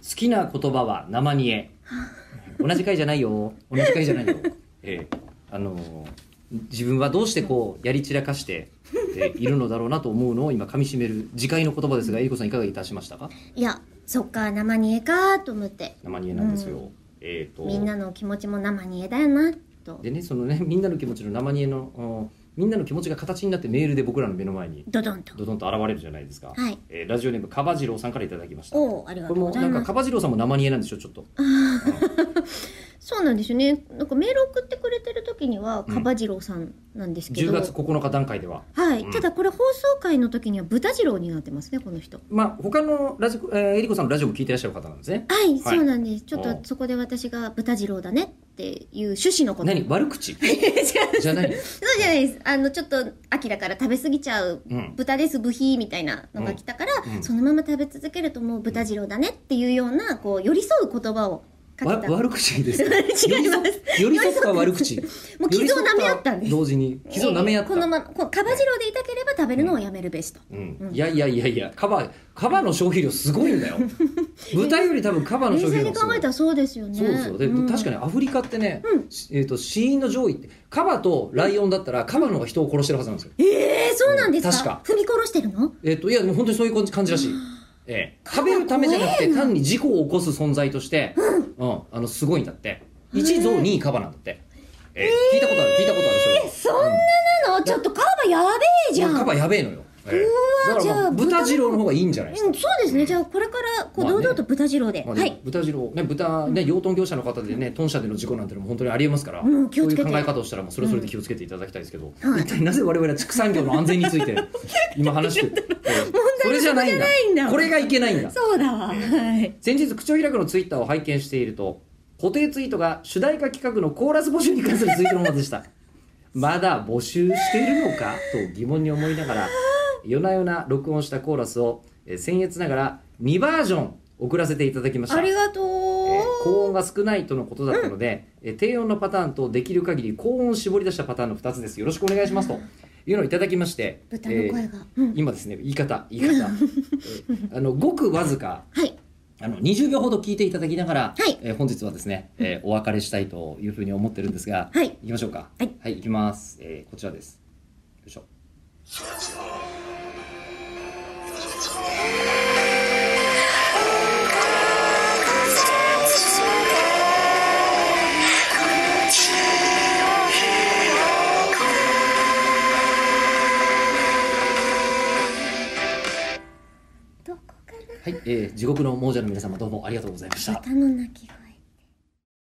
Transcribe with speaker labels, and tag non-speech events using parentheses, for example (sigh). Speaker 1: 好きな言葉は生煮 (laughs) え。同じ回じゃないよ。同じ回じゃないよ。ええあの自分はどうしてこう、やり散らかして、えいるのだろうなと思うのを今噛み締める、次回の言葉ですが、えりこさんいかがいたしましたか
Speaker 2: いやそっか生煮えかと思って
Speaker 1: 生煮えなんですよ。えっ、と。
Speaker 2: みんなの気持ちも生煮えだよなと
Speaker 1: でね、そのね、みんなの気持ちの生煮えの、うんみんなの気持ちが形になってメールで僕らの目の前に
Speaker 2: ドドンと
Speaker 1: ドドンと現れるじゃないですか。
Speaker 2: はい
Speaker 1: えーラジオネーム、かばじろうさんからいただきました。
Speaker 2: おおありが
Speaker 1: ことれ
Speaker 2: うご
Speaker 1: も
Speaker 2: ざ
Speaker 1: ないん
Speaker 2: ま
Speaker 1: か
Speaker 2: す
Speaker 1: かばじろうさんも生煮えなんでしょちょっと
Speaker 2: (laughs) そうなんですよねなんかメール送ってくれてる時にはカバジロウさんなんですけ
Speaker 1: 10
Speaker 2: ど、
Speaker 1: 月9日段階では
Speaker 2: はい、
Speaker 1: うん
Speaker 2: ただこれ放送回の時には豚ジロウになってますねこの人
Speaker 1: まあ他のラジコ、えー、えりこさんのラジオも聞いてらっしゃる方なんですね
Speaker 2: はい、
Speaker 1: はい
Speaker 2: そうなんですちょっ
Speaker 1: お
Speaker 2: と
Speaker 1: う
Speaker 2: そこで私が豚ジロウだねっていう趣旨のこと
Speaker 1: 何悪
Speaker 2: (laughs)
Speaker 1: 口
Speaker 2: 違う
Speaker 1: じゃない
Speaker 2: そうじゃないですあのちょっと秋だから食べ過ぎちゃう
Speaker 1: うん
Speaker 2: 豚です部費みたいなのが来たから、
Speaker 1: うんうん
Speaker 2: そのまま食べ続けるともう豚二郎だねっていうようなこう寄り添う言葉をか
Speaker 1: わ
Speaker 2: けた
Speaker 1: 悪口ですか
Speaker 2: (laughs) 違います
Speaker 1: 寄り添った悪口
Speaker 2: もう傷を舐め合ったんで
Speaker 1: 寄り添
Speaker 2: す
Speaker 1: 同時に傷を舐め合った、
Speaker 2: ええこのままこうカバジローでいたければ食べるのをやめるべしと、
Speaker 1: うん、いやいやいやいやカバカバの消費量すごい
Speaker 2: (laughs)
Speaker 1: んだよ豚より多分カバの
Speaker 2: 冷
Speaker 1: 消費
Speaker 2: 静
Speaker 1: 量
Speaker 2: に
Speaker 1: がす
Speaker 2: 考
Speaker 1: ごい
Speaker 2: えたらそうですよね
Speaker 1: そうですよで、
Speaker 2: うん
Speaker 1: 確かにアフリカってね、
Speaker 2: うん
Speaker 1: しえー、と死因の上位ってカバとライオンだったらカバの方が人を殺してるはずなんですよ
Speaker 2: ええそうなんですか
Speaker 1: 確か
Speaker 2: 踏み殺してるの
Speaker 1: えっと、いや、もう本当にそういう感じらしい。ええ、食べるためじゃなくて、単に事故を起こす存在として、うん、あの、すごいんだって。1増2位カバなんだって。ええ聞いたことある、聞いたことある、それは。
Speaker 2: そんななのちょっとカバやべえじゃん、
Speaker 1: カバやべえのよ。ええ
Speaker 2: うわ
Speaker 1: だから、まあ、
Speaker 2: じゃあ
Speaker 1: 豚二郎の方がいいんじゃないです
Speaker 2: う
Speaker 1: か。
Speaker 2: ん、そうですねじゃあこれからこう
Speaker 1: まあね
Speaker 2: 堂々と豚二郎で、
Speaker 1: まあ
Speaker 2: は
Speaker 1: でも
Speaker 2: い
Speaker 1: 豚二郎、ね、豚、ね、養豚業者の方でね、豚舎での事故なんてのも本当にありえますから、
Speaker 2: うん気をつけて
Speaker 1: そういう考え方をしたら、もうそれはそれで気をつけていただきたいですけど、
Speaker 2: はい
Speaker 1: 一体なぜ我々は畜産業の安全について、今話
Speaker 2: (laughs)
Speaker 1: して、ええそれじゃないんだ
Speaker 2: いんだ。
Speaker 1: これがいけないんだ。
Speaker 2: そうだわはい
Speaker 1: 先日口を開くのツイッターを拝見していると固定ツイートが主題歌企画のコーラス募集に関するツイートのものでした
Speaker 2: (laughs)
Speaker 1: まだ募集しているのかと疑問に思いながら夜な夜な録音したコーラスをえー僭越ながら2バージョン送らせていただきました
Speaker 2: ありがとう、
Speaker 1: えー高音が少ないとのことだったので、えー低音のパターンとできる限り高音を絞り出したパターンの2つですよろしくお願いしますというのをいただきまして
Speaker 2: 豚の声
Speaker 1: えー
Speaker 2: が、うん
Speaker 1: 今ですね言い方言い
Speaker 2: (laughs)
Speaker 1: 方、えーあのごくわずか
Speaker 2: はい
Speaker 1: あの20秒ほど聞いていただきながら、
Speaker 2: はい
Speaker 1: えー本日はですね、えーお別れしたいというふうに思ってるんですが、
Speaker 2: はい
Speaker 1: 行きましょうか。
Speaker 2: はい、
Speaker 1: い、行きます。えーこちらです。よいしょ。
Speaker 2: どこかな
Speaker 1: はい、えー地獄の亡者の皆様どうもありがとうございました。
Speaker 2: 豚の鳴き声